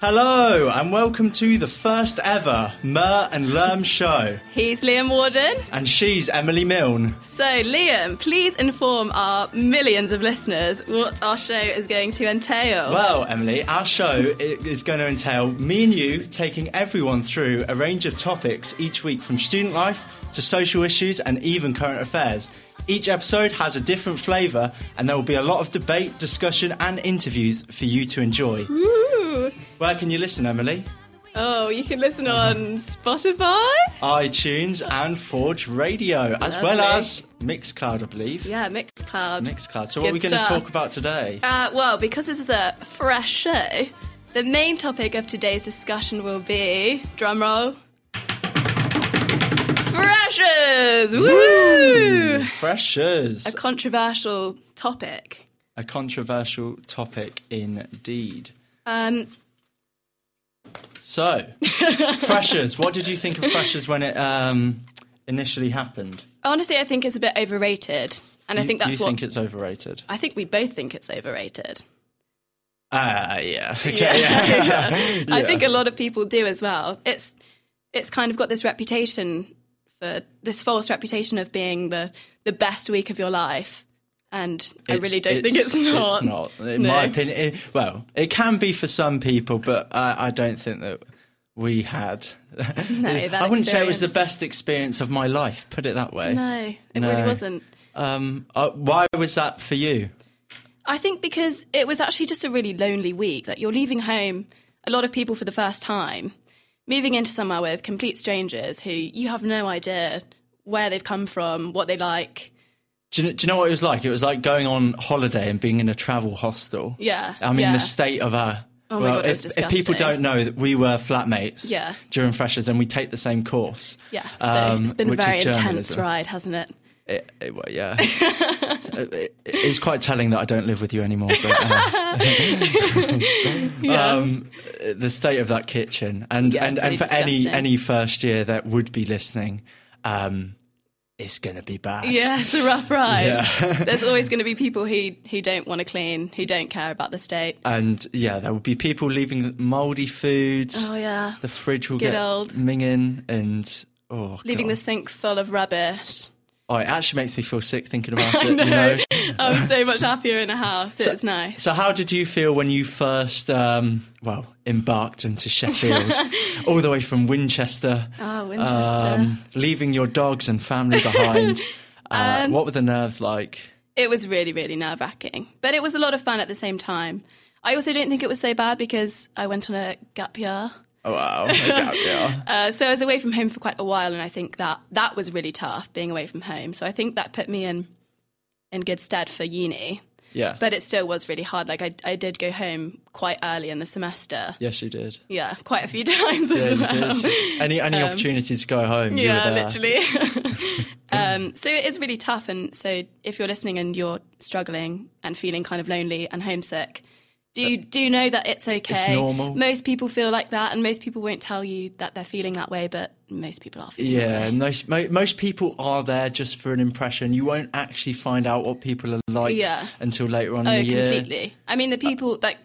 Hello, and welcome to the first ever Mer and Lerm show. He's Liam Warden. And she's Emily Milne. So, Liam, please inform our millions of listeners what our show is going to entail. Well, Emily, our show i- is going to entail me and you taking everyone through a range of topics each week from student life to social issues and even current affairs. Each episode has a different flavour, and there will be a lot of debate, discussion, and interviews for you to enjoy. Ooh. Where can you listen, Emily? Oh, you can listen on Spotify? iTunes and Forge Radio, as well Lovely. as Mixcloud, I believe. Yeah, Mixcloud. Mixcloud. So, what Good are we going to stuff. talk about today? Uh, well, because this is a fresh show, the main topic of today's discussion will be drumroll. Freshers! Uh, Woo! Freshers. A controversial topic. A controversial topic indeed. Um, So, freshers. What did you think of freshers when it um, initially happened? honestly, I think it's a bit overrated, and I think Do that's you what think it's overrated? I think we both think it's overrated. Ah, yeah. Okay, yeah. I think a lot of people do as well. It's it's kind of got this reputation for this false reputation of being the the best week of your life, and I really don't think it's not. It's not. In No. my opinion, it, well, it can be for some people, but I, I don't think that we had. No, I wouldn't that say it was the experience- best experience of my life. Put it that way. No, it No. really wasn't. Um, uh, why was that for you? I think because it was actually just a really lonely week. Like you're leaving home, a lot of people for the first time, moving into somewhere with complete strangers who you have no idea where they've come from, what they like. Do you, do you know what it was like? It was like going on holiday and being in a travel hostel. Yeah, I mean, yeah. the state of our. Oh my well, God, it if, was if people don't disgusting. know that we were flatmates Yeah. during freshers and we take the same course. Yeah, so um, it's been a which is very intense journalism. ride, hasn't it? It, it, well, yeah. It- it- it's quite telling that I don't live with you anymore. But, uh, Yes. um, the state of that kitchen, and Yeah, and, and for pretty any disgusting. any first year that would be listening, um, it's gonna be bad. Yeah, it's a rough ride. Yeah. There's always going to be people who, who don't want to clean, who don't care about the state. And yeah, there will be people leaving mouldy foods. Oh, yeah. The fridge will Good get old. minging and oh, Leaving God. the sink full of rubbish. Oh, it actually makes me feel sick thinking about it. You know. know. I'm so much happier in a house. it's nice. So, how did you feel when you first, um, well, embarked into Sheffield, all the way from Winchester, um, Ah, Winchester. leaving your dogs and family behind? Uh, Um, what were the nerves like? It was really, really nerve wracking, but it was a lot of fun at the same time. I also don't think it was so bad because I went on a gap year. Oh, wow, a gap year. Uh, so I was away from home for quite a while, and I think that that was really tough being away from home. So I think that put me in in good stead for uni. yeah. But it still was really hard. Like I, I did go home quite early in the semester. Yeah, yes, you did. quite a few times as Yeah, you well. did. Any any opportunity to go home? you were Um, Yeah, there. literally. um, so it is really tough. And so if you're listening and you're struggling and feeling kind of lonely and homesick, do you do you know that it's okay? normal. Most people feel like that, and most people won't tell you that they're feeling that way. But most people are feeling. Yeah, and most mo- most people are there just for an impression. You won't actually find out what people are like Yeah. until later on Oh, in the year. completely. I mean, the Uh, people like,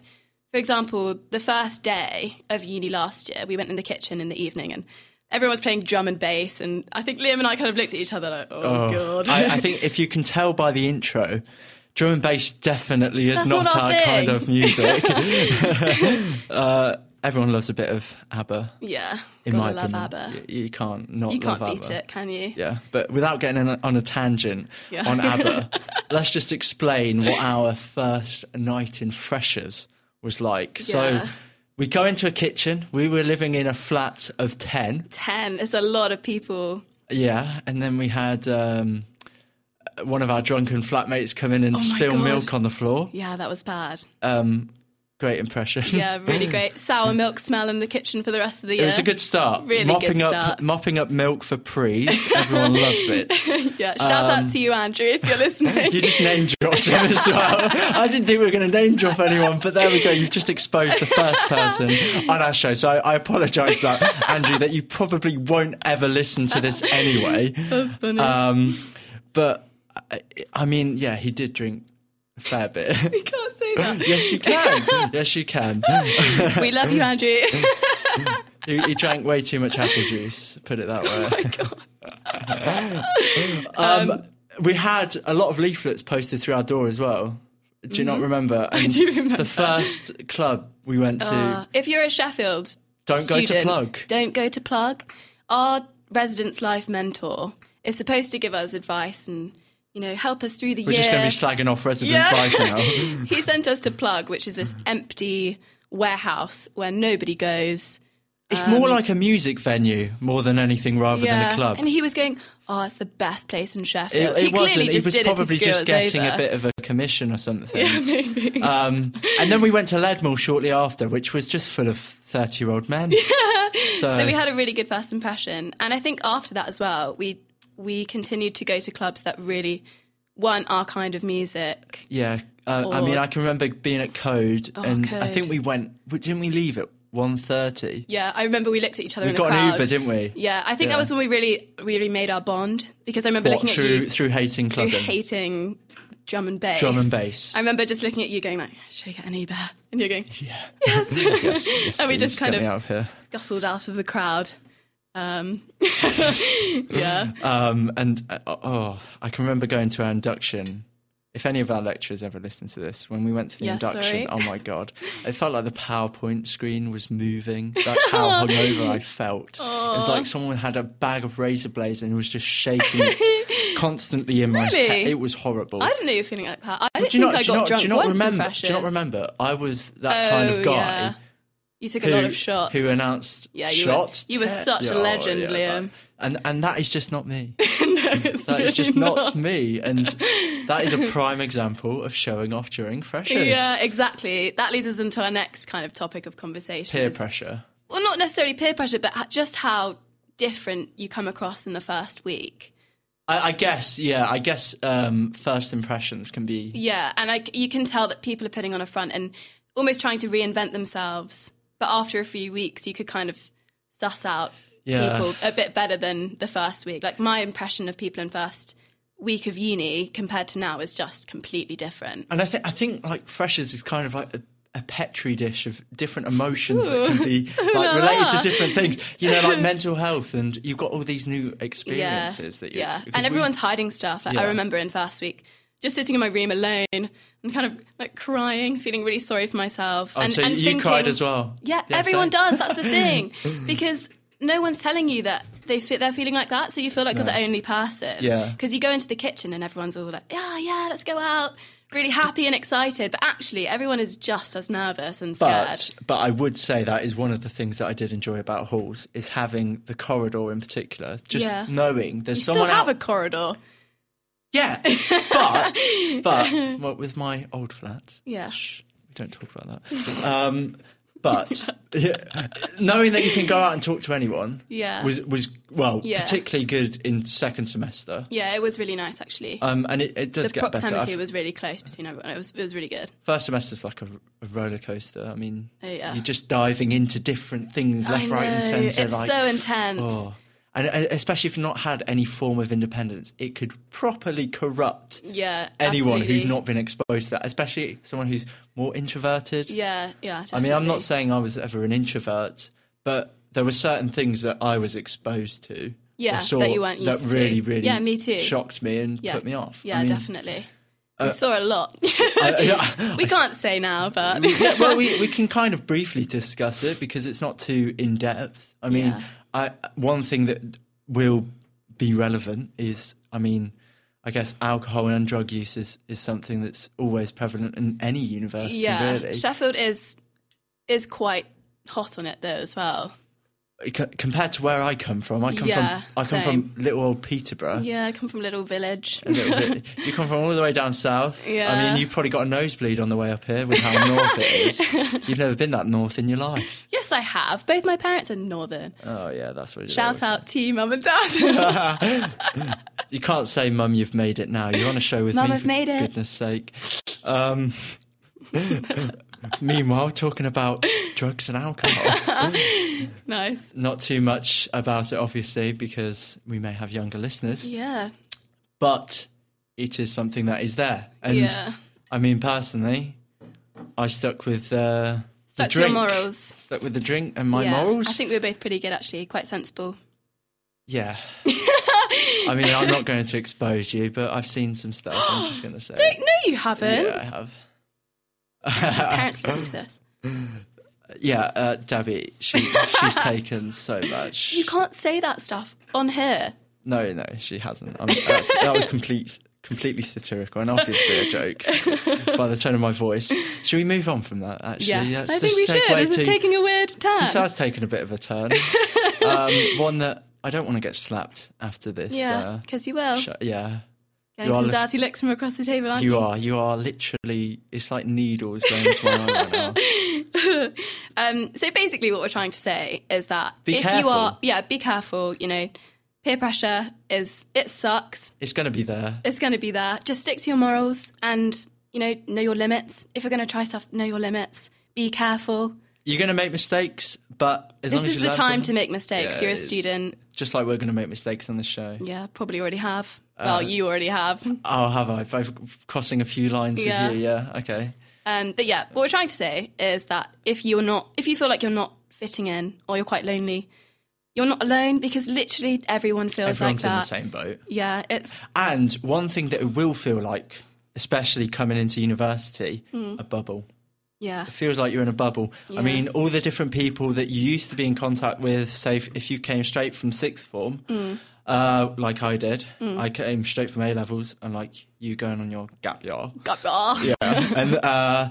for example, the first day of uni last year, we went in the kitchen in the evening and. Everyone was playing drum and bass, and I think Liam and I kind of looked at each other like, "Oh, Oh, god!" I, I think if you can tell by the intro, drum and bass definitely is That's not, not our our kind thing. of music. uh, everyone loves a bit of ABBA. yeah, In gotta my love opinion, ABBA. Y- You, can't not You can't love beat ABBA. it, can you? Yeah, but without getting in, on a tangent Yeah. on ABBA, let's just explain what our first night in Freshers was like. So Yeah. we go into a kitchen. We were living in a flat of 10. 10 is a lot of people. Yeah, and then we had um, one of our drunken flatmates come in and spill Oh God. milk on the floor. Yeah, that was bad. Um, great impression. Yeah, really great. Sour milk smell in the kitchen for the rest of the year. It was a good start. Really good mopping up, start. mopping up milk for prees. Everyone loves it. Yeah, shout out to you, Andrew, if you're listening. um, You just name dropped him as well. I didn't think we were going to name drop anyone, but there we go. You've just exposed the first person on our show. So I, I apologise that Andrew, that you probably won't ever listen to this anyway. Uh, That's funny. Um, but I, I mean, yeah, he did drink a fair bit. You can't say that. yes, you can. Yes, you can. We love you, Andrew. he, he drank way too much apple juice. Put it that way. My God. Um, we had a lot of leaflets posted through our door as well. Do you not remember? I Mm-hmm. do remember. The first club we went to, Uh, if you're a Sheffield don't student, go to plug. don't go to plug. Our residence life mentor is supposed to give us advice and you know help us through the We're year. just going to be slagging off residence Yeah. life now. he sent us to Plug, which is this empty warehouse where nobody goes. It's more like a music venue more than anything, rather than a club. Um, And he was going, "Oh, it's the best place in it, Sheffield." it he clearly wasn't. just he was did it to probably screw just us getting over. a bit of a commission or something. Um, and then we went to Leadmore shortly after, which was just full of thirty-year-old men. so, So we had a really good first impression, and I think after that as well, we we continued to go to clubs that really weren't our kind of music. yeah. Uh, I Or- Oh, mean, I can remember being at Code, and I Code. think we went. but Didn't we leave at one thirty? Yeah, I remember we looked at each other We in got the an crowd. Uber, didn't we? yeah, I think Yeah. that was when we really really made our bond because I remember What, looking through at you through hating through clubbing. hating drum and bass. Drum and bass. I remember just looking at you going like, "Should we get an Uber?" And you're going, yeah. "Yes." Yes, yes, and we please, just kind get me of out of here. scuttled out of the crowd. Um, yeah. Um, and uh, oh, I can remember going to our induction. If any of our lecturers ever listen to this, when we went to the Yeah, induction, sorry. oh my god, it felt like the PowerPoint screen was moving. That's how hungover I felt. It was like someone had a bag of razor blades and was just shaking it constantly in my Really? head. It was horrible. I didn't know you were feeling like that. I didn't do you think not, I do got you not, drunk do you not once in remember? Do you not Freshers. remember? I was that kind Oh, of guy. yeah. You took a who, lot of shots. who uh, announced Yeah, you were- shots. you were Ted? such a Yeah, oh, legend, yeah, Liam. that- And and that is just not me. no, it's That is just really not. me. And that is a prime example of showing off during freshers. Yeah, exactly. That leads us into our next kind of topic of conversation. Peer is- pressure. Well, not necessarily peer pressure, but h- just how different you come across in the first week. I, I guess, yeah, I guess um, first impressions can be. Yeah, and I c you can tell that people are putting on a front and almost trying to reinvent themselves. But after a few weeks, you could kind of suss out Yeah. people a bit better than the first week. Like my impression of people in first week of uni compared to now is just completely different. And I, think I think like freshers is kind of like a, a petri dish of different emotions that can be like related to different things. You know, like mental health, and you've got all these new experiences that you. yeah. because And we- everyone's hiding stuff. Like, Yeah. I remember in first week just sitting in my room alone and kind of like crying, feeling really sorry for myself. Oh, and, so and you thinking, cried as well. Yeah, everyone does. That's the thing because no one's telling you that they fe- they're feeling like that, so you feel like you're No. the only person. Yeah. because you go into the kitchen and everyone's all like, "Yeah, yeah, let's go out." Really happy and excited, but actually, everyone is just as nervous and scared. But but I would say that is one of the things that I did enjoy about halls is having the corridor in particular. Just Yeah. knowing there's you still someone have out. a corridor. Yeah, but but well, with my old flat. Yeah. Shh, we don't talk about that. Um, but yeah, knowing that you can go out and talk to anyone. Yeah. Was was well Yeah. particularly good in second semester. Yeah, it was really nice actually. Um, and it, it does the get better. proximity I've- was really close between everyone. It was it was really good. First semester's like a, a roller coaster. I mean, Oh, yeah. you're just diving into different things left, I right, and know, centre. It's like, so intense. Oh. And and especially if you've not had any form of independence, it could properly corrupt Yeah, anyone who's absolutely. not been exposed to that, especially someone who's more introverted. Yeah, yeah. I mean, I'm not definitely. saying I was ever an introvert, but there were certain things that I was exposed to. or Yeah, saw that you weren't that used to. really, really Yeah, me too. shocked me and Yeah. put me off. I Yeah, mean, uh, definitely. we saw a lot. I- yeah. we can't say now, but yeah, well, we, we can kind of briefly discuss it because it's not too in depth. I mean, Yeah. I, one thing that will be relevant is, I mean, I guess alcohol and drug use is, is something that's always prevalent in any university, yeah, really. Sheffield is is quite hot on it though as well. C- compared to where I come from, I come Yeah, from I come from little old Peterborough. Yeah, I come from a little village. A little bit. You come from all the way down south. I Yeah. mean, you've probably got a nosebleed on the way up here with how north it is. You've never been that north in your life. yes, I have. Both my parents are northern. Oh yeah, that's what it is. Shout out to you, mum and dad. You can't say, "Mum, you've made it now." You're on a show with Mum, me. I've for made it. Goodness sake. Um, meanwhile, talking about drugs and alcohol. nice. Not too much about it, obviously, because we may have younger listeners. Yeah. But it is something that is there, and Yeah. I mean, personally, I stuck with uh, Stuck the to your drink. morals. Stuck with the drink and my Yeah. morals. I think we were both pretty good, actually, quite sensible. yeah. I mean, I'm not going to expose you, but I've seen some stuff. I'm just going to say. No, you haven't. yeah, I have. Parents listen to this. Yeah, uh, Debbie, she she's taken so much. You can't say that stuff on here. No, no, she hasn't. I mean, that's, that was complete, completely satirical and obviously a joke by the tone of my voice. Should we move on from that? Actually, Yes, That's I the think we should. segue This to- is taking a weird turn. This has taken a bit of a turn. um, one that I don't want to get slapped after this. yeah, because you will. Uh, sh- yeah, Getting you are some look- dirty looks from across the table, aren't you? you are. You are literally. It's like needles going into my eye right now. Um, so basically, what we're trying to say is that Be if you careful. are, yeah, be careful. You know, peer pressure is it sucks. It's going to be there. It's going to be there. Just stick to your morals and you know know your limits. If you're going to try stuff, know your limits. Be careful. You're going to make mistakes, but as This long as is you the learn time to from- make mistakes. Yeah, you're it a is. student. Just like we're going to make mistakes on this show. Yeah, probably already have. Uh-huh. well, you already have. Oh, have I? Both crossing a few lines Yeah. with you. Yeah. Okay. Um, but yeah, what we're trying to say is that if you're not, if you feel like you're not fitting in or you're quite lonely, you're not alone because literally everyone feels Everyone's like in the that. same boat. Yeah, it's And one thing that it will feel like, especially coming into university, Hmm. a bubble. yeah, Feels like you're in a bubble. I mean, all the different people that you used to be in contact with, say if, if you came straight from sixth form, Hmm. uh, like I did, I came straight from A levels, and like you going on your gap year. God, ah. yeah. and uh,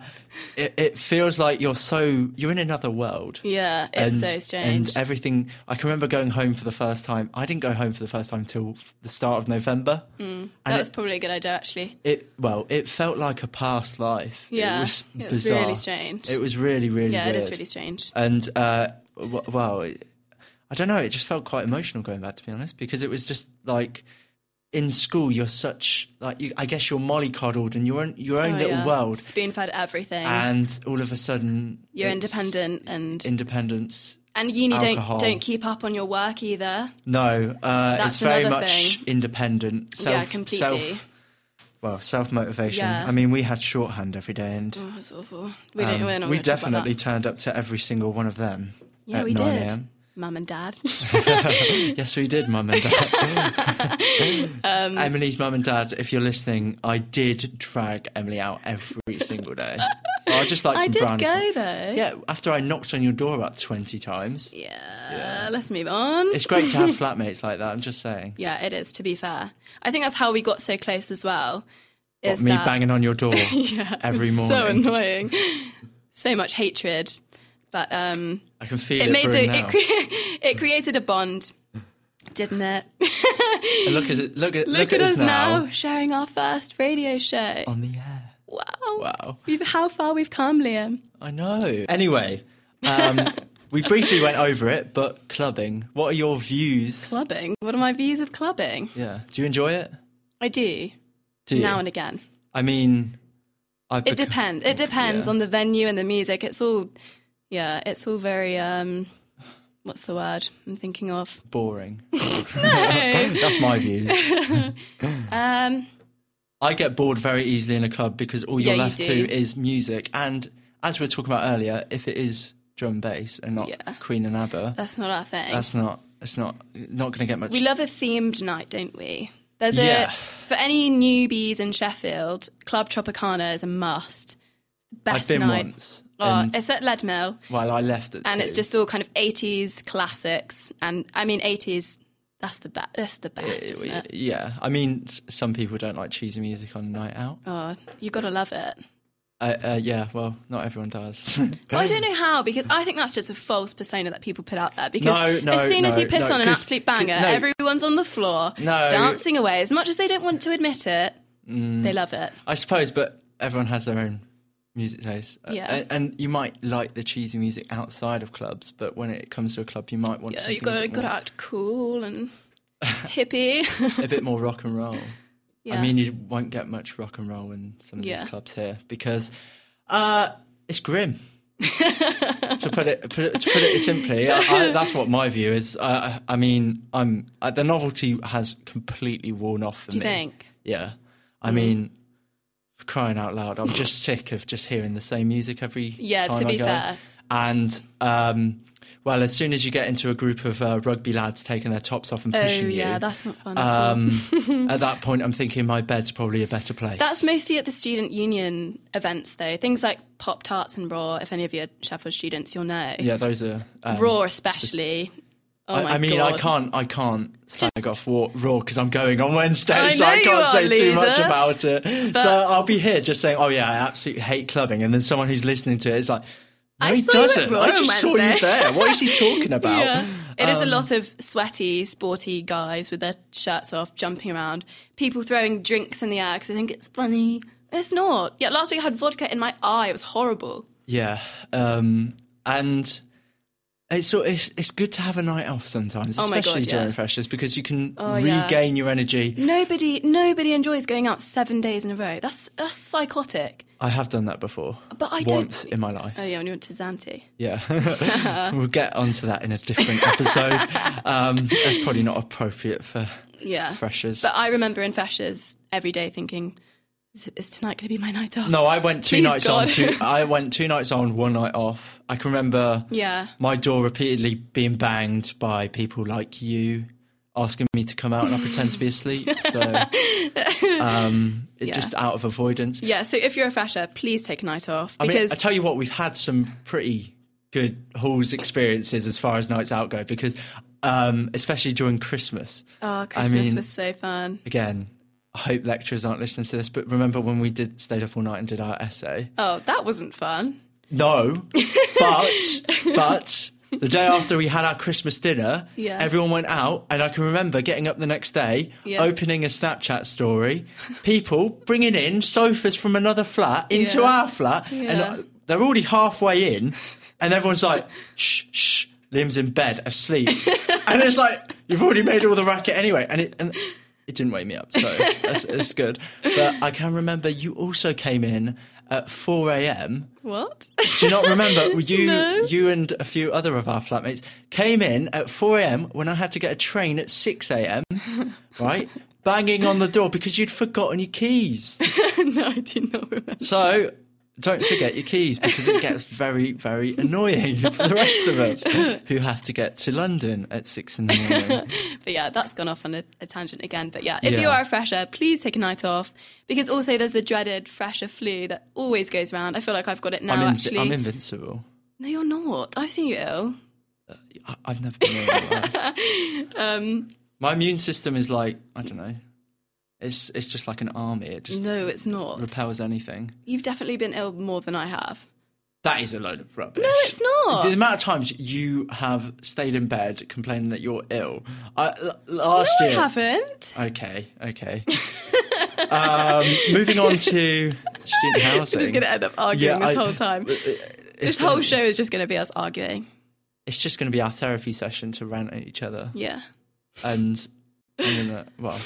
it, it feels like you're so you're in another world. it's and- so strange. And everything. I can remember going home for the first time. I didn't go home for the first time till f- the start of November. Mm, and that it, was probably a good idea, actually. it. Well, it felt like a past life. Yeah, it was it's bizarre. really strange. It was really, really. yeah, weird. it is really strange. And uh, w- well, it- I don't know. It just felt quite emotional going back, to be honest, because it was just like. In school, you're such like you, I guess you're mollycoddled in your own, your own Oh, little yeah. world, spoon fed everything. and all of a sudden you're it's independent, and Independence, and uni alcohol. don't don't keep up on your work either. No, uh, it's That's very another much thing. independent. Self, yeah, completely. Self, well, self motivation. Yeah. I mean, we had shorthand every day, and oh, it's awful. We don't. We're not um, we gonna talk about that. definitely turned up to every single one of them. Yeah, at we 9 did. a.m.. Mum and dad. Yes, we did, mum and dad. Um, Emily's mum and dad, if you're listening, I did drag Emily out every single day. So I just like some I did brownie go though. Yeah, after I knocked on your door about 20 times. Yeah, let's move on. It's great to have flatmates like that, I'm just saying. yeah, it is, to be fair. I think that's how we got so close as well. Is Me that banging on your door every morning. so annoying. so much hatred. But um, I can feel it, it made brewing the now. it, cre- it created a bond, didn't it? And look at it, look at Look, at us now. sharing our first radio show. on the air. Wow. Wow, We've, how far we've come, Liam. I know. Anyway, um, we briefly went over it, but clubbing. What are your views? Clubbing. What are my views of clubbing? yeah, do you enjoy it? I do, Do you? now and again. I mean, I've It depends. It depends Yeah. on the venue and the music. It's all, yeah, it's all very. um What's the word I'm thinking of? boring. That's my views. Um, I get bored very easily in a club because all you're Yeah, you left do. to is music. And as we were talking about earlier, if it is drum and bass and not Yeah. Queen and ABBA, that's not our thing. that's not. It's not not going to get much. we love a themed night, don't we? There's Yeah. a for any newbies in Sheffield, Club Tropicana is a must. I've Best been night. once. Oh, and- it's at Leadmill, well, I left it. and it's just all kind of 80s classics. And I mean, 80s. That's the best. That's the best, isn't it? Yeah, I mean, s- some people don't like cheesy music on a night out. Oh, you gotta love it. Uh, uh, yeah, well, not everyone does. Well, I don't know how because I think that's just a false persona that people put out there. Because No, no, as soon as no, you piss no, on an 'cause- absolute banger, no. everyone's on the floor No. Mm. dancing away. As much as they don't want to admit it, they love it. I suppose, but everyone has their own music taste. Uh, Yeah. a- and you might like the cheesy music outside of clubs, but when it comes to a club, you might want Yeah, something you gotta a, bit gotta more, act cool and hippie. a bit more rock and roll. yeah. I mean, you won't get much rock and roll in some of Yeah. these clubs here because uh, it's grim. to put it, put it to put it simply, I, I, that's what my view is. I, I I mean, I'm I, the novelty has completely worn off for do you Mm. me. think? Yeah, I mean, for crying out loud, I'm just sick of just hearing the same music every Yeah, time to I be go. fair. And um, well, as soon as you get into a group of uh, rugby lads taking their tops off and Oh pushing you, yeah, that's not fun at all. um, at that point, I'm thinking my bed's probably a better place. That's mostly at the student union events, though. Things like Pop Tarts and Raw. If any of you are Sheffield students, you'll know. yeah, those are um, Raw, especially. Oh I, my I mean, I God. can't, I can't slag off Raw because I'm going on Wednesday, I so I know you can't are, say too much loser. about it. But- so I'll be here just saying, "Oh yeah, I absolutely hate clubbing," and then someone who's listening to it is like, "No, I he saw you at doesn't. Raw I on just saw you Wednesday." there. What is he talking about?" Yeah. Um, It is a lot of sweaty, sporty guys with their shirts off, jumping around, people throwing drinks in the air because they think it's funny. It's not. Yeah, last week I had vodka in my eye. It was horrible. Yeah, um, and it's, so it's it's good to have a night off sometimes, Oh my God, especially during yeah. freshers, because you can Oh, yeah. regain your energy. Nobody, nobody enjoys going out seven days in a row. That's that's psychotic. I have done that before, But I don't- once in my life. Oh yeah, when you went to Zante. Yeah, we'll get onto that in a different episode. um, that's probably not appropriate for Yeah. freshers. But I remember in freshers every day thinking, is, is tonight going to be my night off? no, I went two Please nights on. God. Two, I went two nights on, one night off. I can remember Yeah. my door repeatedly being banged by people like you asking me to come out, and I pretend to be asleep. So, um, it Yeah. just out of avoidance. Yeah, so if you're a fresher, please take a night off I mean, because I tell you what, we've had some pretty good halls experiences as far as nights out go, because um, especially during Christmas. oh, Christmas mean- was so fun. again, I hope lecturers aren't listening to this, but remember when we did stayed up all night and did our essay? Oh, that wasn't fun. No, but but the day after we had our Christmas dinner, Yeah. everyone went out, and I can remember getting up the next day, Yeah. opening a Snapchat story, people bringing in sofas from another flat into Yeah. our flat, and Yeah. uh, they're already halfway in, and everyone's like, shh, shh. Liam's in bed asleep, and it's like you've already made all the racket anyway, and it and it didn't wake me up, so that's, that's good. But I can remember you also came in at four a.m. What? Do you not remember? You, No. you and a few other of our flatmates came in at 4 a.m. when I had to get a train at 6 a.m. Right, banging on the door because you'd forgotten your keys. no, I do not remember. So don't forget your keys because it gets very, very annoying for the rest of us who have to get to London at six in the morning. But yeah, that's gone off on a, a tangent again. But yeah, if you Yeah. are a fresher, please take a night off because also there's the dreaded fresher flu that always goes round. I feel like I've got it now. I'm, in- actually, I'm invincible. no, you're not. I've seen you ill. I- I've never been ill. in my life. Um, My immune system is like I don't know. It's it's just like an army. It just No, it's not. repels anything. You've definitely been ill more than I have. That is a load of rubbish. No, it's The not. amount of times you have stayed in bed complaining that you're ill. I, l- last I year. haven't. Okay, okay. um, moving on to student housing. We're just going to end up arguing Yeah, this I- whole time. It's This whole gonna- show is just going to be us arguing. It's just going to be our therapy session to rant at each other. Yeah, And, I'm gonna- well,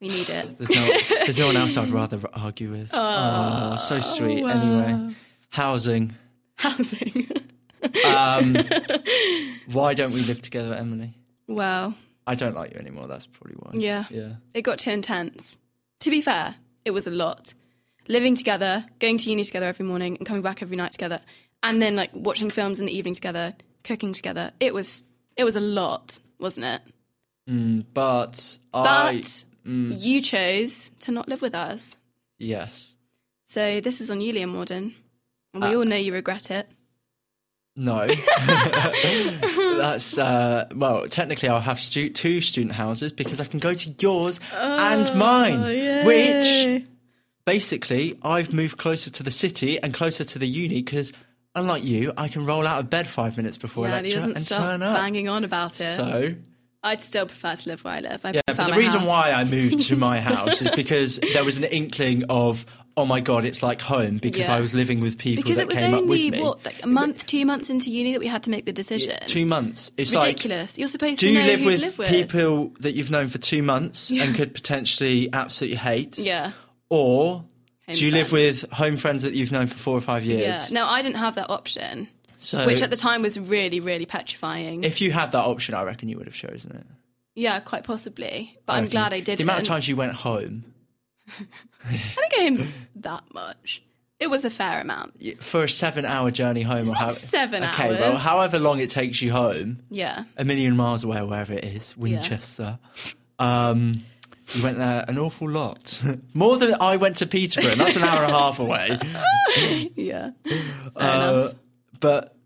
we need it. there's no, there's no one else I'd rather argue with. Oh, so sweet. Anyway, housing. Housing. Um, why don't we live together, Emily? well, I don't like you anymore. That's probably why. Yeah. Yeah. it got too intense. To be fair, it was a lot. Living together, going to uni together every morning, and coming back every night together, and then like watching films in the evening together, cooking together. It was it was a lot, wasn't it? But, But I Mm. you chose to not live with us, yes. so this is on you, Liam Morden, and Uh, we all know you regret it. No. That's uh well, technically I'll have stu- two student houses because I can go to yours and Oh, mine, which basically I've moved closer to the city and closer to the uni because unlike you, I can roll out of bed 5 minutes before yeah, and lecture he doesn't and stop turn up. banging on about it. So, I'd still prefer to live where I live. I Yeah, prefer but the my reason house. why I moved to my house is because there was an inkling of, oh my god, it's like home because Yeah. I was living with people because that it was came up only with me. what like a month, two months into uni that we had to make the decision. Two months. It's like Ridiculous! You're supposed do to you know live who with, to live with. people that you've known for two months and could potentially absolutely hate? yeah, Or Home do you live friends. with home friends that you've known for four or five years? yeah. No, I didn't have that option, so which at the time was really, really petrifying. if you had that option, I reckon you would have chosen it. yeah, quite possibly. But I I'm reckon. glad I didn't. The amount of times you went home I didn't go home that much. It was a fair amount. For a seven-hour journey home, or not how, seven okay, well, hours. however long it takes you home, Yeah. a million miles away, wherever it is, Winchester. Um, you went there an awful lot, more than I went to Peterborough. and That's an hour and a half away. Yeah. Uh, but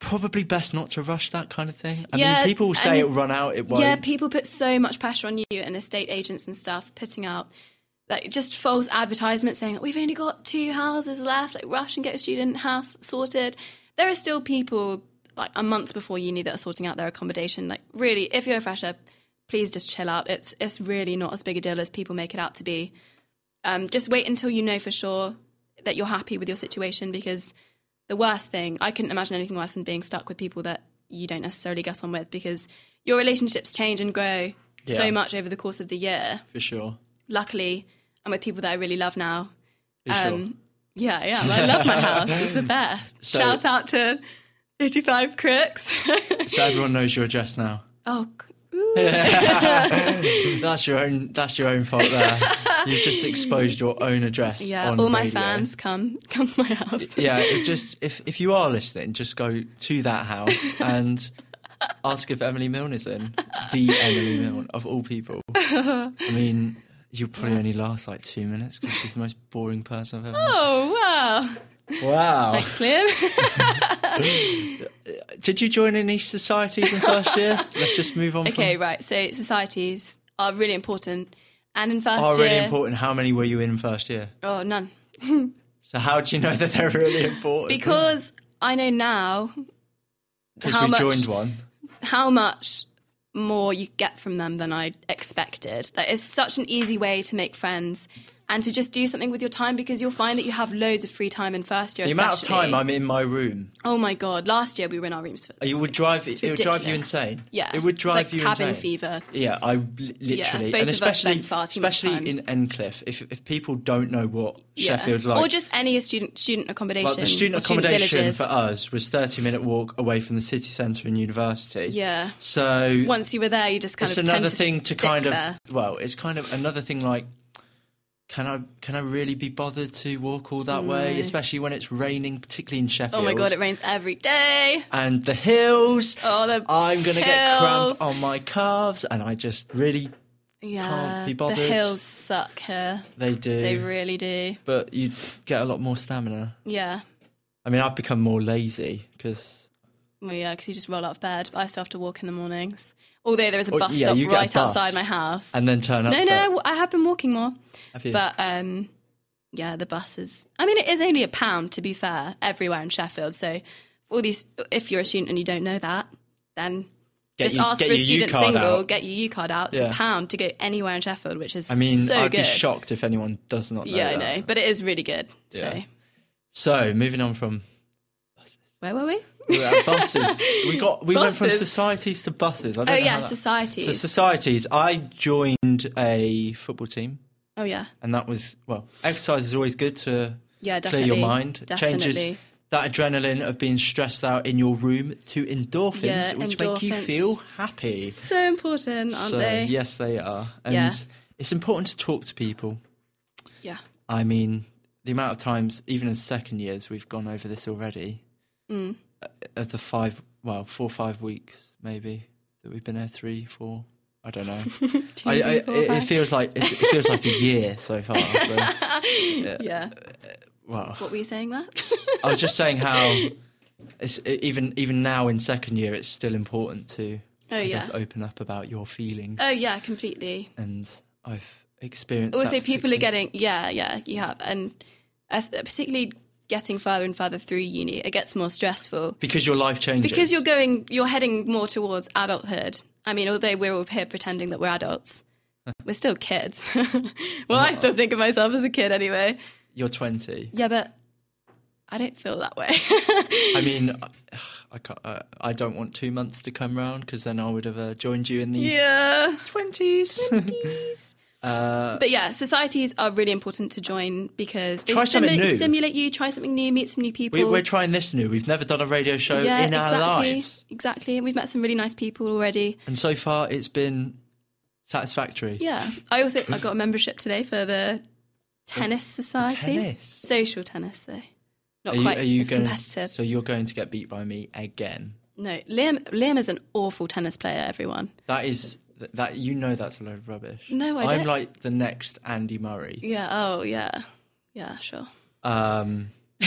probably best not to rush that kind of thing. I Yeah, mean, people will say and- it'll run out. It won't. Yeah, people put so much pressure on you and estate agents and stuff putting out like just false advertisements saying we've only got two houses left, like rush and get a student house sorted. There are still people like a month before uni that are sorting out their accommodation. Like really, if you're a fresher, please just chill out. It's it's really not as big a deal as people make it out to be. Um, just wait until you know for sure that you're happy with your situation because the worst thing i couldn't imagine anything worse than being stuck with people that you don't necessarily get on with because your relationships change and grow Yeah. so much over the course of the year for sure. luckily i'm with people that i really love now For sure. um, yeah i am i love my house it's the best So- shout out to 55 crooks So everyone knows your address now. oh c- That's your own. That's your own fault. There, you've just exposed your own address. yeah on all my radio. fans come come to my house Yeah, it just if if you are listening, just go to that house and ask if Emily Milne is in. The Emily Milne of all people. I mean, you'll probably only last like two minutes because she's the most boring person I've ever. met. oh wow Wow. thanks liam Did you join any societies in first year? Let's just move on. okay From- right so societies are really important and in first are year really important. How many were you in first year? oh none So how do you know that they're really important? because I know now Because how we much- joined one. how much more you get from them than I expected. That is such an easy way to make friends and to just do something with your time because you'll find that you have loads of free time in first year. The amount of especially. time I'm in my room Oh my god! Last year we were in our rooms for. It would drive it, It would drive you insane. Yeah, it would It's drive like you cabin insane. fever. Yeah, I li- literally, both and of us especially spent far too much especially time. in Encliffe, if if people don't know what Yeah. Sheffield's like, or just any student student accommodation. like the student or accommodation villages. for us was thirty minute walk away from the city centre and university. Yeah. so Once you were there, you just kind it's of another tend to thing to stick kind of there. well, it's kind of another thing like. Can I can I really be bothered to walk all that way, especially when it's raining, particularly in Sheffield? Oh my god! It rains every day. and the hills. Oh, the I'm gonna get Oh, hills. cramp on my calves, and I just really Yeah, be bothered. the hills suck here. they do. They really do. but you get a lot more stamina. Yeah. I mean, I've become more lazy because Well, yeah, because you just roll out of bed. I still have to walk in the mornings. Although there is a Oh, bus yeah, stop you get a right bus. outside my house. and then turn up. no, for no, I it. w- I have been walking more. Have you? But um, yeah, the bus is. I mean, it is only a pound to be fair everywhere in Sheffield. So all these, if you're a student and you don't know that, then Get just your- ask get for a your student U-card single, out. get your U card out. It's Yeah. a pound to go anywhere in Sheffield, which is I mean, so I'd good. be shocked if anyone does not. Know yeah, I that. know, but it is really good. So Yeah. So moving on from where were we? we were at buses, we got we went from Buses. societies to buses. I don't Oh know how yeah, that- societies. So societies. I joined a football team, oh yeah, and that was well. Exercise is always good to yeah, clear definitely. your mind. It Definitely. Changes that adrenaline of being stressed out in your room to endorphins, Yeah, which make you endorphins. feel happy. So important, aren't so they? yes, they are, and Yeah. it's important to talk to people. Yeah. I mean, the amount of times, even in second years, we've gone over this already. Mm. Uh, Of the five, well, four, five weeks maybe that we've been there, three, four. I don't know. Two, I, I, three, it, four, it five. feels like it, it feels like a year so far. So, yeah. well, What were you saying there? Oh, I was just saying how it's e, even even now in second year, it's still important to Oh, I yeah. guess, open up about your feelings. oh yeah, completely. and I've experienced. Also, that people are particularly- getting yeah, yeah. You have, and as, particularly getting further and further through uni, it gets more stressful because your life changes. because you're going, you're heading more towards adulthood. I mean, although we're all here pretending that we're adults, we're still kids. well, I still think of myself as a kid anyway. you're 20. Yeah, but I don't feel that way. I mean, I- I can't, uh, I don't want two months to come round because then I would have uh, joined you in the yeah. 20s. uh, But yeah, societies are really important to join because they Try something stimu- new. stimulate you, try something new, meet some new people. we, we're trying this new. We've never done a radio show yeah, in our exactly, lives, exactly. And we've met some really nice people already. and so far it's been Satisfactory. Yeah. I also I got a membership today for the tennis society. tennis? Social tennis though. Not Are you, quite are you as going, competitive. So you're going to get beat by me again. No, Liam Liam is an awful tennis player, everyone. That is that you know that's a load of rubbish. No, I I'm don't. like the next Andy Murray. Yeah, oh yeah. Yeah, sure. Um,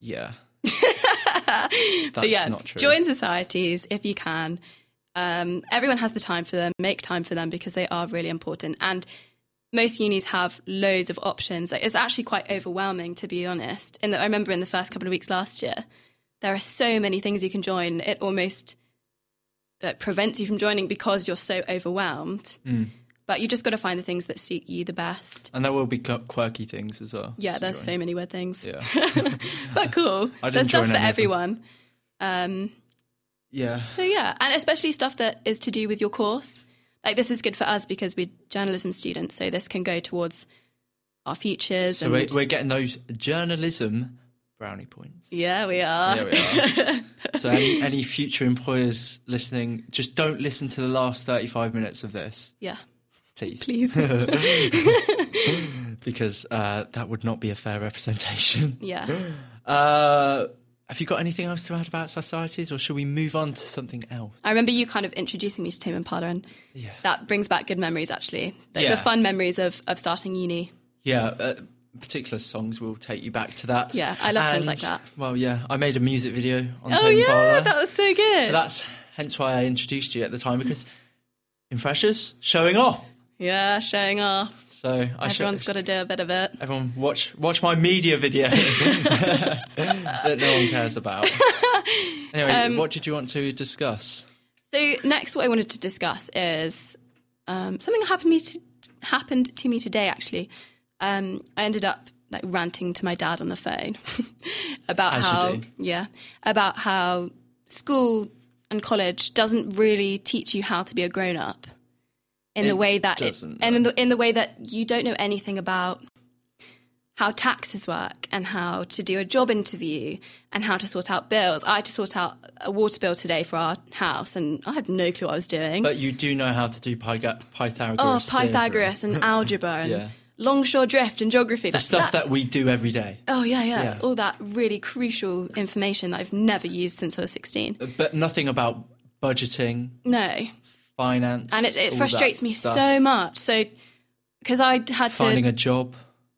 yeah, that's but yeah, not true. join societies if you can. Um, everyone has the time for them. Make time for them because they are really important. And most unis have loads of options. Like, it's actually quite overwhelming, to be honest. In that, I remember in the first couple of weeks last year, there are so many things you can join. It almost uh, prevents you from joining because you're so overwhelmed. Mm. But you just got to find the things that suit you the best. and there will be qu- quirky things as well. Yeah, to there's join. so many weird things. Yeah. but cool. I didn't There's stuff join any of for them. everyone. Um, Yeah, so yeah, and especially stuff that is to do with your course. Like this is good for us because we're journalism students, so this can go towards our futures. so and we're, we're getting those journalism brownie points. yeah, we are. There we are. so any, any future employers listening, just don't listen to the last 35 minutes of this, yeah, please, please. because uh, that would not be a fair representation. yeah. Uh, have you got anything else to add about societies, or should we move on to something else? I remember you kind of introducing me to Tame Impala, and Yeah. that brings back good memories. Actually, the, Yeah. the fun memories of of starting uni. Yeah, uh, particular songs will take you back to that. Yeah, I love songs like that. Well, yeah, I made a music video on Oh Tame yeah, Impala. that was so good. so that's hence why I introduced you at the time because in freshers, showing off. yeah, showing off. So I show- Everyone's got to do a bit of it. Everyone, watch watch my media video that no one cares about. Anyway, Um, what did you want to discuss? So next, what I wanted to discuss is um, something that happened me to, happened to me today. Actually, um, I ended up like ranting to my dad on the phone about As you how do. yeah about how school and college doesn't really teach you how to be a grown up in It the way that doesn't, and in the in the way that you don't know anything about how taxes work and how to do a job interview and how to sort out bills. I had to sort out a water bill today for our house and I had no clue what I was doing. But you do know how to do Pyga- Pythagoras. oh, theorem. Pythagoras and algebra and Yeah. longshore drift and geography. The stuff that we do every day. Oh, yeah, yeah, Yeah. All that really crucial information that I've never used since I was 16. But nothing about budgeting, No. finance. And it, all it that frustrates me stuff. so much. So, because I had to. Finding a job.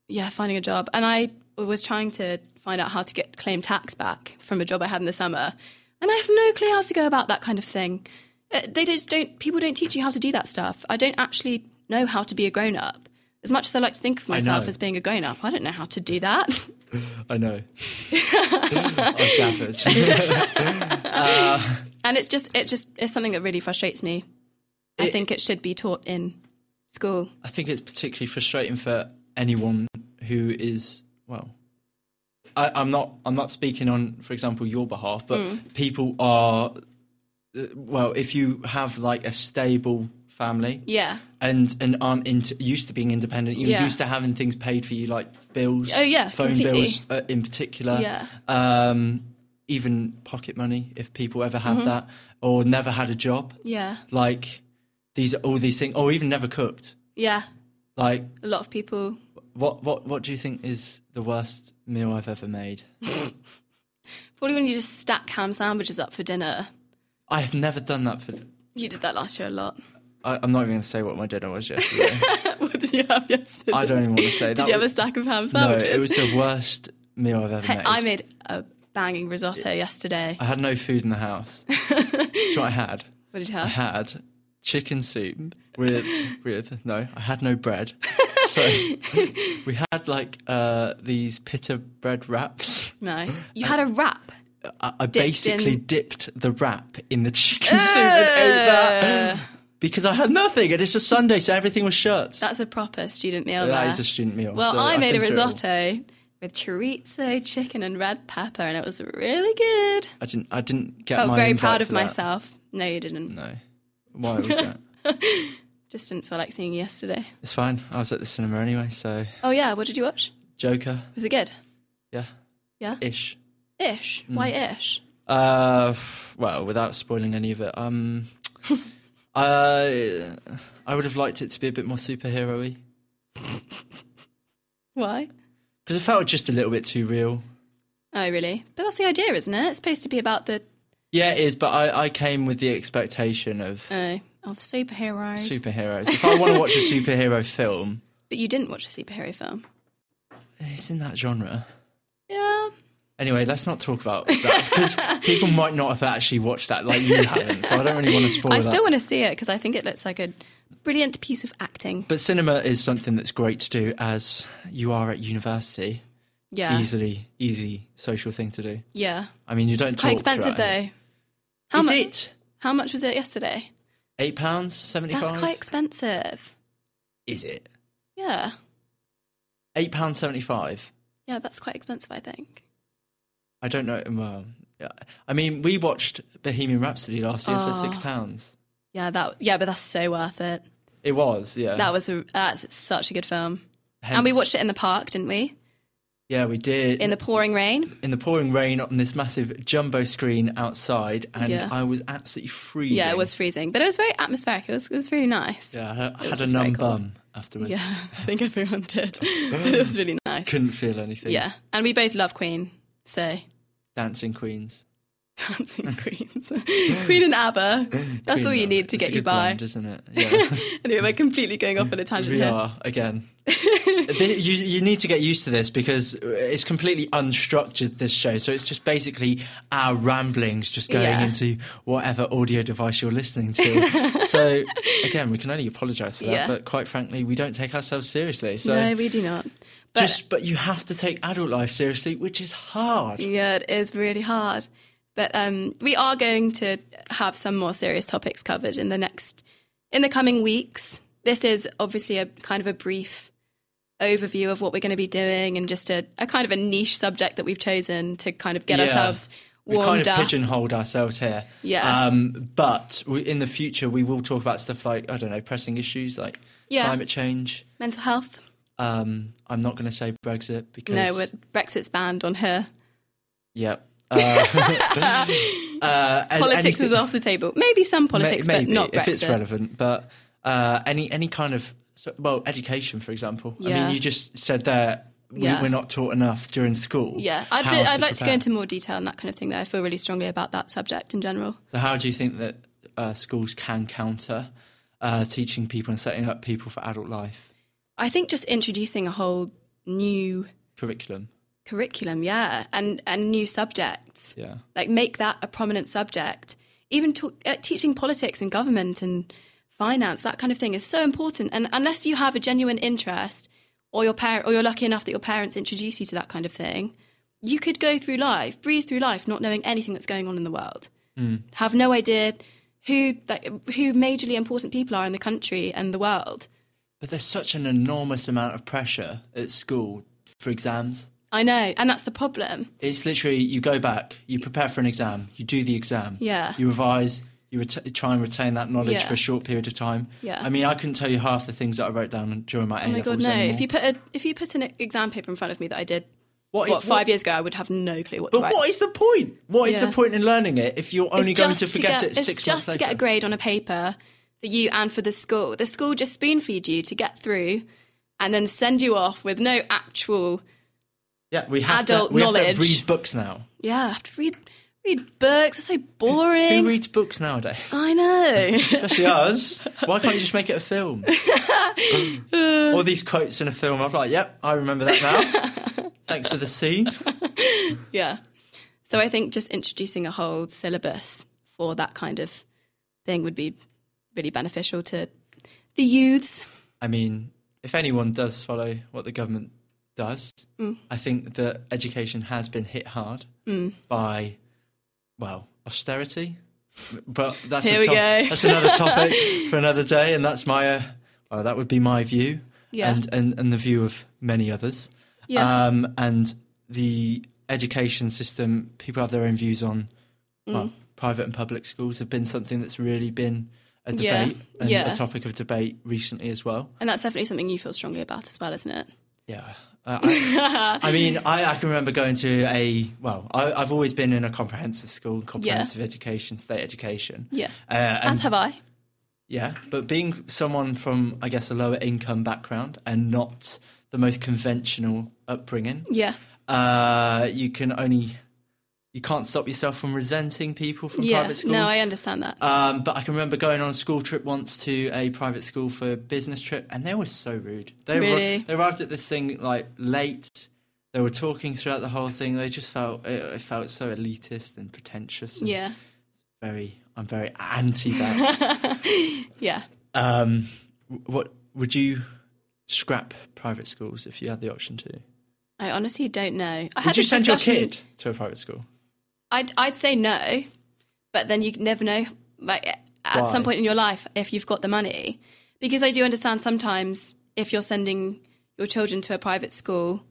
yeah, finding a job. And I was trying to find out how to get claim tax back from a job I had in the summer. And I have no clue how to go about that kind of thing. Uh, They just don't, people don't teach you how to do that stuff. I don't actually know how to be a grown up. As much as I like to think of myself know. as being a grown up, I don't know how to do that. I know. I've gathered. and it's just, it just is something that really frustrates me. I It- think it should be taught in school. I think it's particularly frustrating for anyone who is well. I, I'm not. I'm not speaking on, for example, your behalf, but Mm. people are. uh, Well, if you have like a stable family Yeah. and and aren't into, used to being independent, you're Yeah. used to having things paid for you, like bills. Oh, yeah, phone completely. bills uh, in particular. Yeah. Um, even pocket money, if people ever had Mm-hmm. that, or never had a job. Yeah. Like these, are all these things, or even never cooked. Yeah. Like A lot of people, what what what do you think is the worst meal I've ever made? probably when you just stack ham sandwiches up for dinner. I have never done that for. You did that last year a lot. I, I'm not even going to say what my dinner was yesterday. What did you have yesterday? I don't even want to say. Did you have a stack of ham no? sandwiches? It was the worst meal I've ever Hey, made. I made a banging risotto yesterday. I had no food in the house. do you know what I had? What did you I have? had chicken soup with with no. I had no bread. So we had like uh, these pita bread wraps. Nice. You had a wrap. I, I in- basically dipped the wrap in the chicken soup and ate that because I had nothing, and it's a Sunday, so everything was shut. That's a proper student meal. That there. is a student meal. well, so I made a can do it all. risotto with chorizo, chicken, and red pepper, and it was really good. I didn't. I didn't get. Felt my very invite proud of for that. myself. No, you didn't. No, why was that? Just didn't feel like seeing you yesterday. It's fine. I was at the cinema anyway, so Oh yeah, what did you watch? Joker. Was it good? Yeah, Yeah. ish. Ish. Mm. Why ish? Uh, f- well, without spoiling any of it, um, Uh, I would have liked it to be a bit more superhero-y. Why? Because it felt just a little bit too real. Oh, really? But that's the idea, isn't it? It's supposed to be about the Yeah, it is, but I, I came with the expectation of uh, of superheroes. superheroes. If I want to watch a superhero film, But you didn't watch a superhero film. it's in that genre. Yeah. Anyway, let's not talk about that because people might not have actually watched that like you haven't, so I don't really want to spoil I that. still want to see it because I think it looks like a brilliant piece of acting. But cinema is something that's great to do as you are at university. Yeah. Easily, easy social thing to do. Yeah. I mean, you don't It's quite talk expensive throughout it. though. How is much? it? How much was it yesterday? Eight pounds seventy-five. That's quite expensive. Is it Yeah. eight pounds seventy-five? Yeah, that's quite expensive, I think. I don't know. Well, yeah. I mean, we watched Bohemian Rhapsody last year for Oh. six pounds. Yeah, that. Yeah, but that's so worth it. It was, yeah. That was a, that's such a good film. And we Hence- watched it in the park, didn't we? Yeah, we did In the pouring rain. in the pouring rain on this massive jumbo screen outside, and Yeah. I was absolutely freezing. Yeah, it was freezing, but it was very atmospheric. It was it was really nice. Yeah, I had- had a just very numb cold. bum afterwards. Yeah, I think everyone did. but it was really nice. Couldn't feel anything. Yeah, and we both love Queen, so Dancing Queens. Dancing Queens, Queen and ABBA. That's Queen all you Love. need It's to a get you good by. blend, isn't it? Yeah. anyway, we're completely going off on a tangent we here. are again. Th- you you need to get used to this because it's completely unstructured. This show, so it's just basically our ramblings, just going Yeah. into whatever audio device you're listening to. so again, we can only apologise for that. Yeah. But quite frankly, we don't take ourselves seriously. So No, we do not. But just but you have to take adult life seriously, which is hard. yeah, it is really hard. But um, we are going to have some more serious topics covered in the next, in the coming weeks. This is obviously a kind of a brief overview of what we're going to be doing, and just a, a kind of a niche subject that we've chosen to kind of get Yeah. ourselves We warmed kind of up. pigeonholed ourselves here. Yeah. Um, but we, in the future, we will talk about stuff like I don't know, pressing issues like Yeah. climate change. Mental health. Um, I'm not going to say Brexit because No, but Brexit's banned on her. yeah. Uh, uh, and Politics anything- is off the table. Maybe some May- politics, maybe, but not Brexit. if it's relevant. But uh, any any kind of so- well, education, for example. I Yeah. mean, you just said that we, Yeah. we're not taught enough during school. Yeah, I'd, how I'd like to go prepare. into more detail on that kind of thing. Though I feel really strongly about that subject in general. So, how do you think that uh, schools can counter uh, teaching people and setting up people for adult life I think just introducing a whole new curriculum? curriculum, yeah, and and new subjects, Yeah. like make that a prominent subject. Even to, uh, teaching politics and government and finance, that kind of thing, is so important. And unless you have a genuine interest, or your parent, or you're lucky enough that your parents introduce you to that kind of thing, you could go through life, breeze through life, not knowing anything that's going on in the world, have no idea who like, who majorly important people are in the country and the world. But there's such an enormous amount of pressure at school for exams. I know, and that's the problem. It's literally you go back, you prepare for an exam, you do the exam, Yeah. you revise, you ret- try and retain that knowledge Yeah. for a short period of time. Yeah. I mean, I couldn't tell you half the things that I wrote down during my A Oh my god, levels no! anymore. If you put a, if you put an exam paper in front of me that I did what, what, five years ago, I would have no clue what to But write. what is the point? What is Yeah. the point in learning it if you're only going to forget get, it six it's months just to get a later? grade on a paper for you and for the school. The school just spoon feed you to get through, and then send you off with no actual. yeah, we have adult to, we knowledge. Have to read books now. Yeah, I have to read read books. It's so boring. Who reads books nowadays? I know. Especially us. Why can't you just make it a film? All these quotes in a film. I'm like, yep, I remember that now. Thanks for the scene. yeah. So I think just introducing a whole syllabus for that kind of thing would be really beneficial to the youths. I mean, if anyone does follow what the government does, Mm. I think that education has been hit hard by, well, austerity. But that's Here a we top- go. that's another topic for another day, and that's my uh, well, that would be my view, Yeah. and, and and the view of many others. Yeah. Um, and the education system, people have their own views on. Mm. Well, private and public schools have been something that's really been a Yeah. debate and Yeah. a topic of debate recently as well. And that's definitely something you feel strongly about as well, isn't it? Yeah. Uh, I, I mean, I, I can remember going to a, well, I, I've always been in a comprehensive school, comprehensive education, state education. Yeah. Uh, and As have I. Yeah, but being someone from, I guess, a lower income background and not the most conventional upbringing, Yeah. uh, you can only you can't stop yourself from resenting people from Yeah. private schools. No, I understand that. um, but I can remember going on a school trip once to a private school for a business trip, and they were so rude. They Really? were, they arrived at this thing like late. They were talking throughout the whole thing. They just felt it, it felt so elitist and pretentious. And yeah. Very, I'm very anti that. Yeah. Um, what would you scrap private schools if you had the option to? I honestly don't know. I Would had you this send your discussion- kid to a private school? I'd I'd say no, but then you never know. Like at Why? some point in your life, if you've got the money, because I do understand sometimes if you're sending your children to a private school,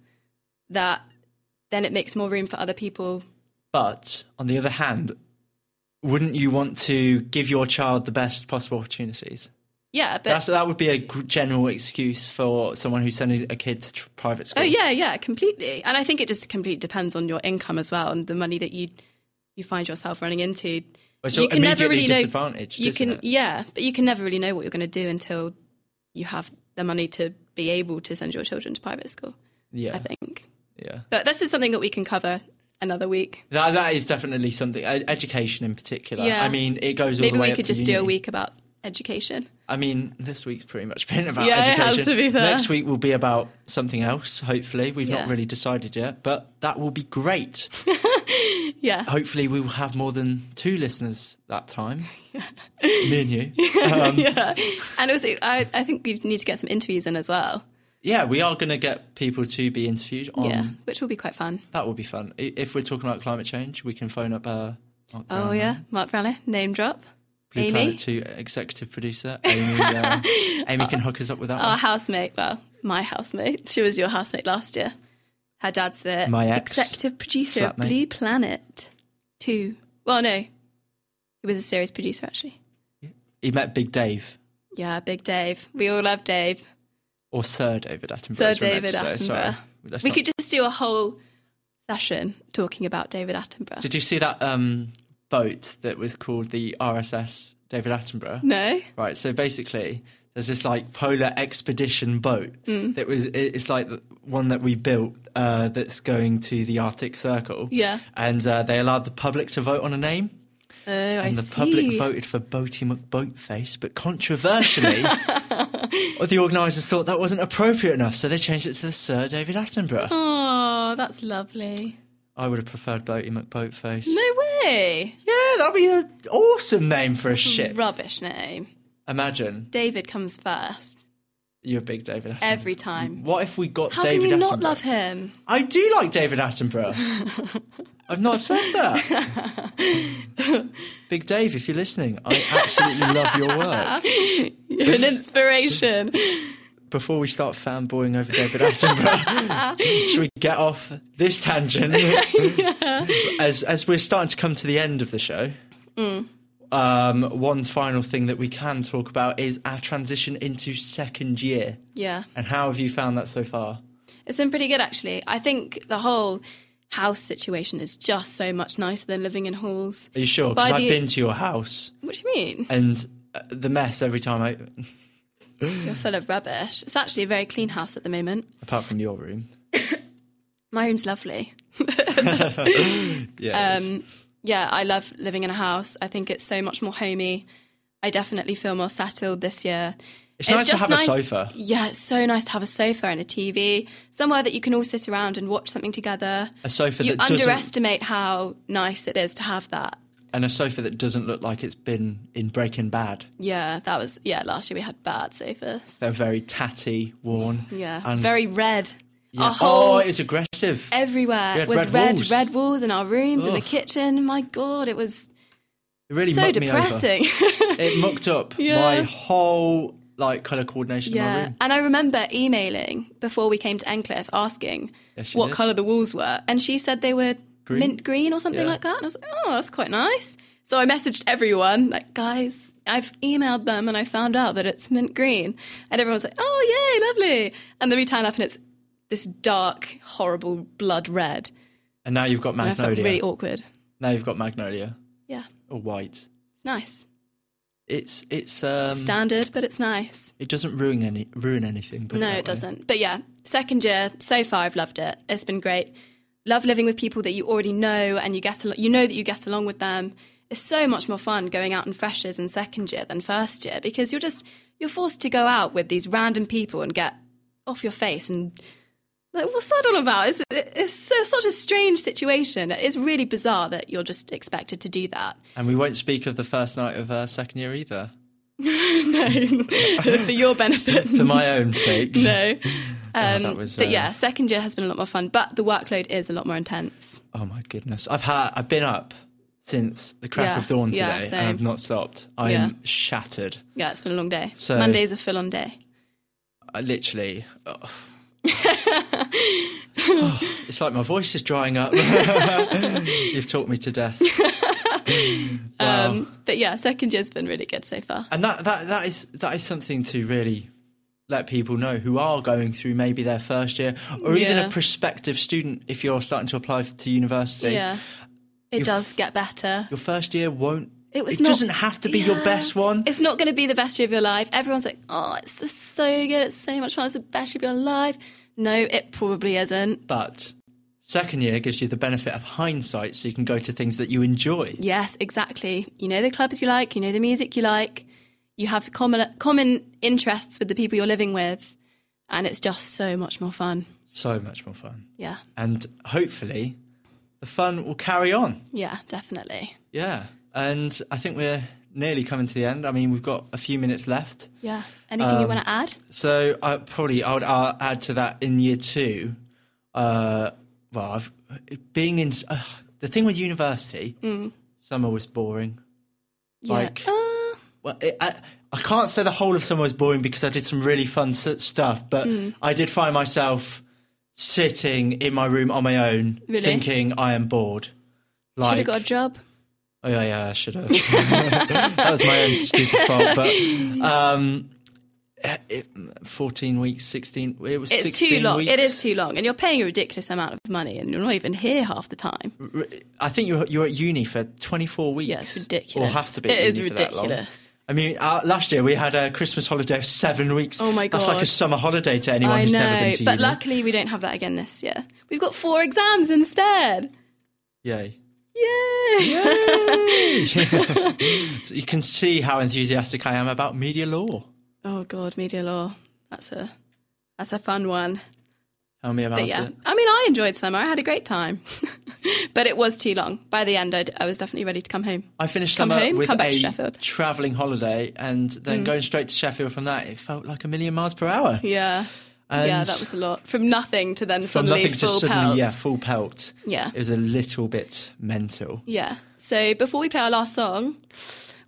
that then it makes more room for other people. But on the other hand, wouldn't you want to give your child the best possible opportunities? Yeah, but That's, that would be a gr- general excuse for someone who's sending a kid to tr- private school. oh yeah, yeah, completely. And I think it just completely depends on your income as well and the money that you you find yourself running into. so you can never immediately really know. disadvantaged, you isn't can it? yeah but you can never really know what you're going to do until you have the money to be able to send your children to private school yeah, i think yeah. but this is something that we can cover another week That, that is definitely something. e- Education in particular. Yeah. I mean, it goes all maybe the way we up could to just do a uni. week about education I mean, this week's pretty much been about Yeah, it education. has to be that. Next week will be about something else, hopefully. We've Yeah. not really decided yet, but that will be great. yeah hopefully, we will have more than two listeners that time. Me and you. Um, yeah. yeah and also I, I think we need to get some interviews in as well we are going to get people to be interviewed on. yeah which will be quite fun That will be fun. I- If we're talking about climate change, we can phone up. Uh, Mark oh Brown, yeah mark brownlow name drop Blue Amy? Planet 2 executive producer. Amy, uh, Amy can hook us up with that our one. housemate well my housemate she was your housemate last year her dad's the My ex executive producer of flatmate. blue planet 2 well no he was a series producer actually He met Big Dave. yeah big dave we all love dave Or Sir David Attenborough. sir is what I meant david to say, sorry. attenborough Let's we not- could just do a whole session talking about david attenborough Did you see that um, boat that was called the RSS David Attenborough? no Right. So basically, there's this like polar expedition boat Mm. that was. it- It's like the one that we built uh, that's going to the Arctic Circle. Yeah. And uh, they allowed the public to vote on a name, oh i and the see public voted for Boaty McBoatface. But controversially, the organisers thought that wasn't appropriate enough, so they changed it to the Sir David Attenborough. oh that's lovely I would have preferred Boaty McBoatface. no way Yeah, that'd be an awesome name for a ship. rubbish name Imagine david comes first you're a big David. Attenborough. every time What if we got Um, how Mm. David can you Attenborough? not love him I do like David Attenborough. I've not said that. Big Dave, if you're listening, I absolutely love your work. You're an inspiration. Before we start fanboying over David Attenborough, should we get off this tangent? as as we're starting to come to the end of the show, Mm. um, one final thing that we can talk about is our transition into second year. yeah. And how have you found that so far? It's been pretty good, actually. I think the whole house situation is just so much nicer than living in halls. Are you sure? By Because I've the- been to your house What do you mean? and uh, the mess every time I, You're full of rubbish. It's actually a very clean house at the moment. apart from your room. My room's lovely. Yeah. Um, yeah, I love living in a house. I think it's so much more homey. I definitely feel more settled this year. It's nice to have a sofa. Yeah, it's so nice to have a sofa and a TV, somewhere that you can all sit around and watch something together. a sofa You that doesn't underestimate how nice it is to have that. and a sofa that doesn't look like it's been in Breaking Bad. Yeah, that was yeah. Last year we had bad sofas. They're very tatty, worn. Yeah, and- very red. Yeah. Our whole oh, it's aggressive. everywhere had was red red, walls. red walls in our rooms in the Ugh. kitchen. My God, it was It really so mucked me depressing. over. It mucked up Yeah. my whole like color coordination in my yeah, room. and I remember emailing before we came to Encliffe asking Yes, you what did. color the walls were, and she said they were Green? mint green or something Yeah. like that. And I was like, oh, that's quite nice. So I messaged everyone like, guys, I've emailed them and I found out that it's mint green, and everyone's like, oh yay, lovely. And then we turn up and it's this dark, horrible blood red. And now you've got And I felt magnolia. really awkward. Now you've got magnolia Yeah, or Oh, white. it's nice. It's it's um, Standard, but it's nice. it doesn't ruin any ruin anything. put No, that it way. doesn't. But yeah, second year so far, I've loved it. It's been great. Love living with people that you already know and you get al- you know that you get along with them. It's so much more fun going out in freshers in second year than first year because you're just you're forced to go out with these random people and get off your face and like what's that all about? It's, it's so, such a strange situation. It's really bizarre that you're just expected to do that. And we won't speak of the first night of uh, second year either, no, for your benefit. for my own sake. no. God, Um, that was, but uh, yeah, second year has been a lot more fun, but the workload is a lot more intense. Oh my goodness! I've had I've been up since the crack Yeah, of dawn today, yeah, and I've same. not stopped. I'm Yeah. shattered. Yeah, it's been a long day. So- Monday's a full on day. I literally. ugh. Oh, it's like my voice is drying up. You've talked me to death. wow. Um, but yeah, second year's been really good so far. and that, that that is that is something to really let people know who are going through maybe their first year or even Yeah. a prospective student if you're starting to apply to university. Yeah. It You've- does get better. Your first year won't. It was it not- doesn't have to be your Yeah. best one. It's not going to be the best year of your life. Everyone's like, oh, it's just so good. It's so much fun. It's the best year of your life. No, it probably isn't. But second year gives you the benefit of hindsight so you can go to things that you enjoy. Yes, exactly. You know the clubs you like, you know the music you like, you have common, common interests with the people you're living with, and it's just so much more fun. So much more fun. Yeah. And hopefully the fun will carry on. Yeah, definitely. Yeah. And I think we're nearly coming to the end. I mean, we've got a few minutes left. Yeah. Anything Um, you want to add? So I probably I would I'll add to that in year two. Uh, well, I've, being in uh, the thing with university, Mm. summer was boring. Like yeah. Uh, well, it, I, I can't say the whole of summer was boring because I did some really fun s- stuff, but Mm. I did find myself sitting in my room on my own, Really? thinking I am bored. should Like, have got a job. oh yeah, yeah, I should have. that was my own stupid fault. But um, it, fourteen weeks, sixteen. It was It's 16 too long. Weeks. It is too long, and you're paying a ridiculous amount of money, and you're not even here half the time. Mm. I think you're you're at uni for twenty four weeks. Yeah, it's ridiculous. Or have to be. It at is uni for that long. ridiculous. I mean, uh, last year we had a Christmas holiday of seven weeks. Oh my That's like a God. summer holiday to anyone I who's never know, been to but uni. luckily we don't have that again this year. We've got four exams instead. Yay. Yay! So you can see how enthusiastic I am about media law. oh god, media law. That's a that's a fun one. Tell me about But yeah, it. I mean, I enjoyed summer. I had a great time, but it was too long. By the end, I'd, I was definitely ready to come home. I finished Come summer home, with come back to a Sheffield. Mm. travelling holiday and then going straight to Sheffield from that. It felt like a million miles per hour. Yeah. And yeah, that was a lot. From nothing to then from suddenly nothing to full suddenly, pelt. yeah, full pelt. Yeah. It was a little bit mental. Yeah. So before we play our last song,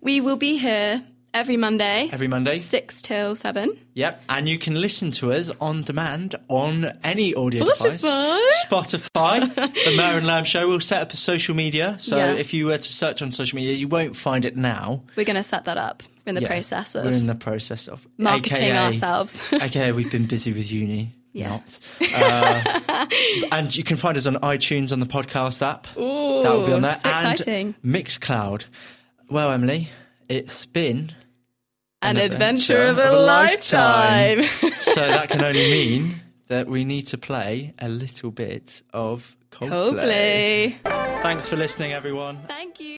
we will be here every Monday, Every Monday. six till seven. Yep, and you can listen to us on demand on any audio Spotify. device. Spotify. the Mare and Lamb Show. We'll set up a social media, so Yeah. if you were to search on social media, you won't find it now. We're going to set that up. We're in the Yeah, process we're in of the process of marketing AKA, ourselves. Okay, we've been busy with uni. Yes. Not. Uh, and you can find us on iTunes on the podcast app. Ooh, that will be on there. so and exciting. Mixcloud. Well, Emily, it's been An an adventure of adventure a of a lifetime. so that can only mean that we need to play a little bit of Coldplay. Hopefully. Thanks for listening, everyone. Thank you.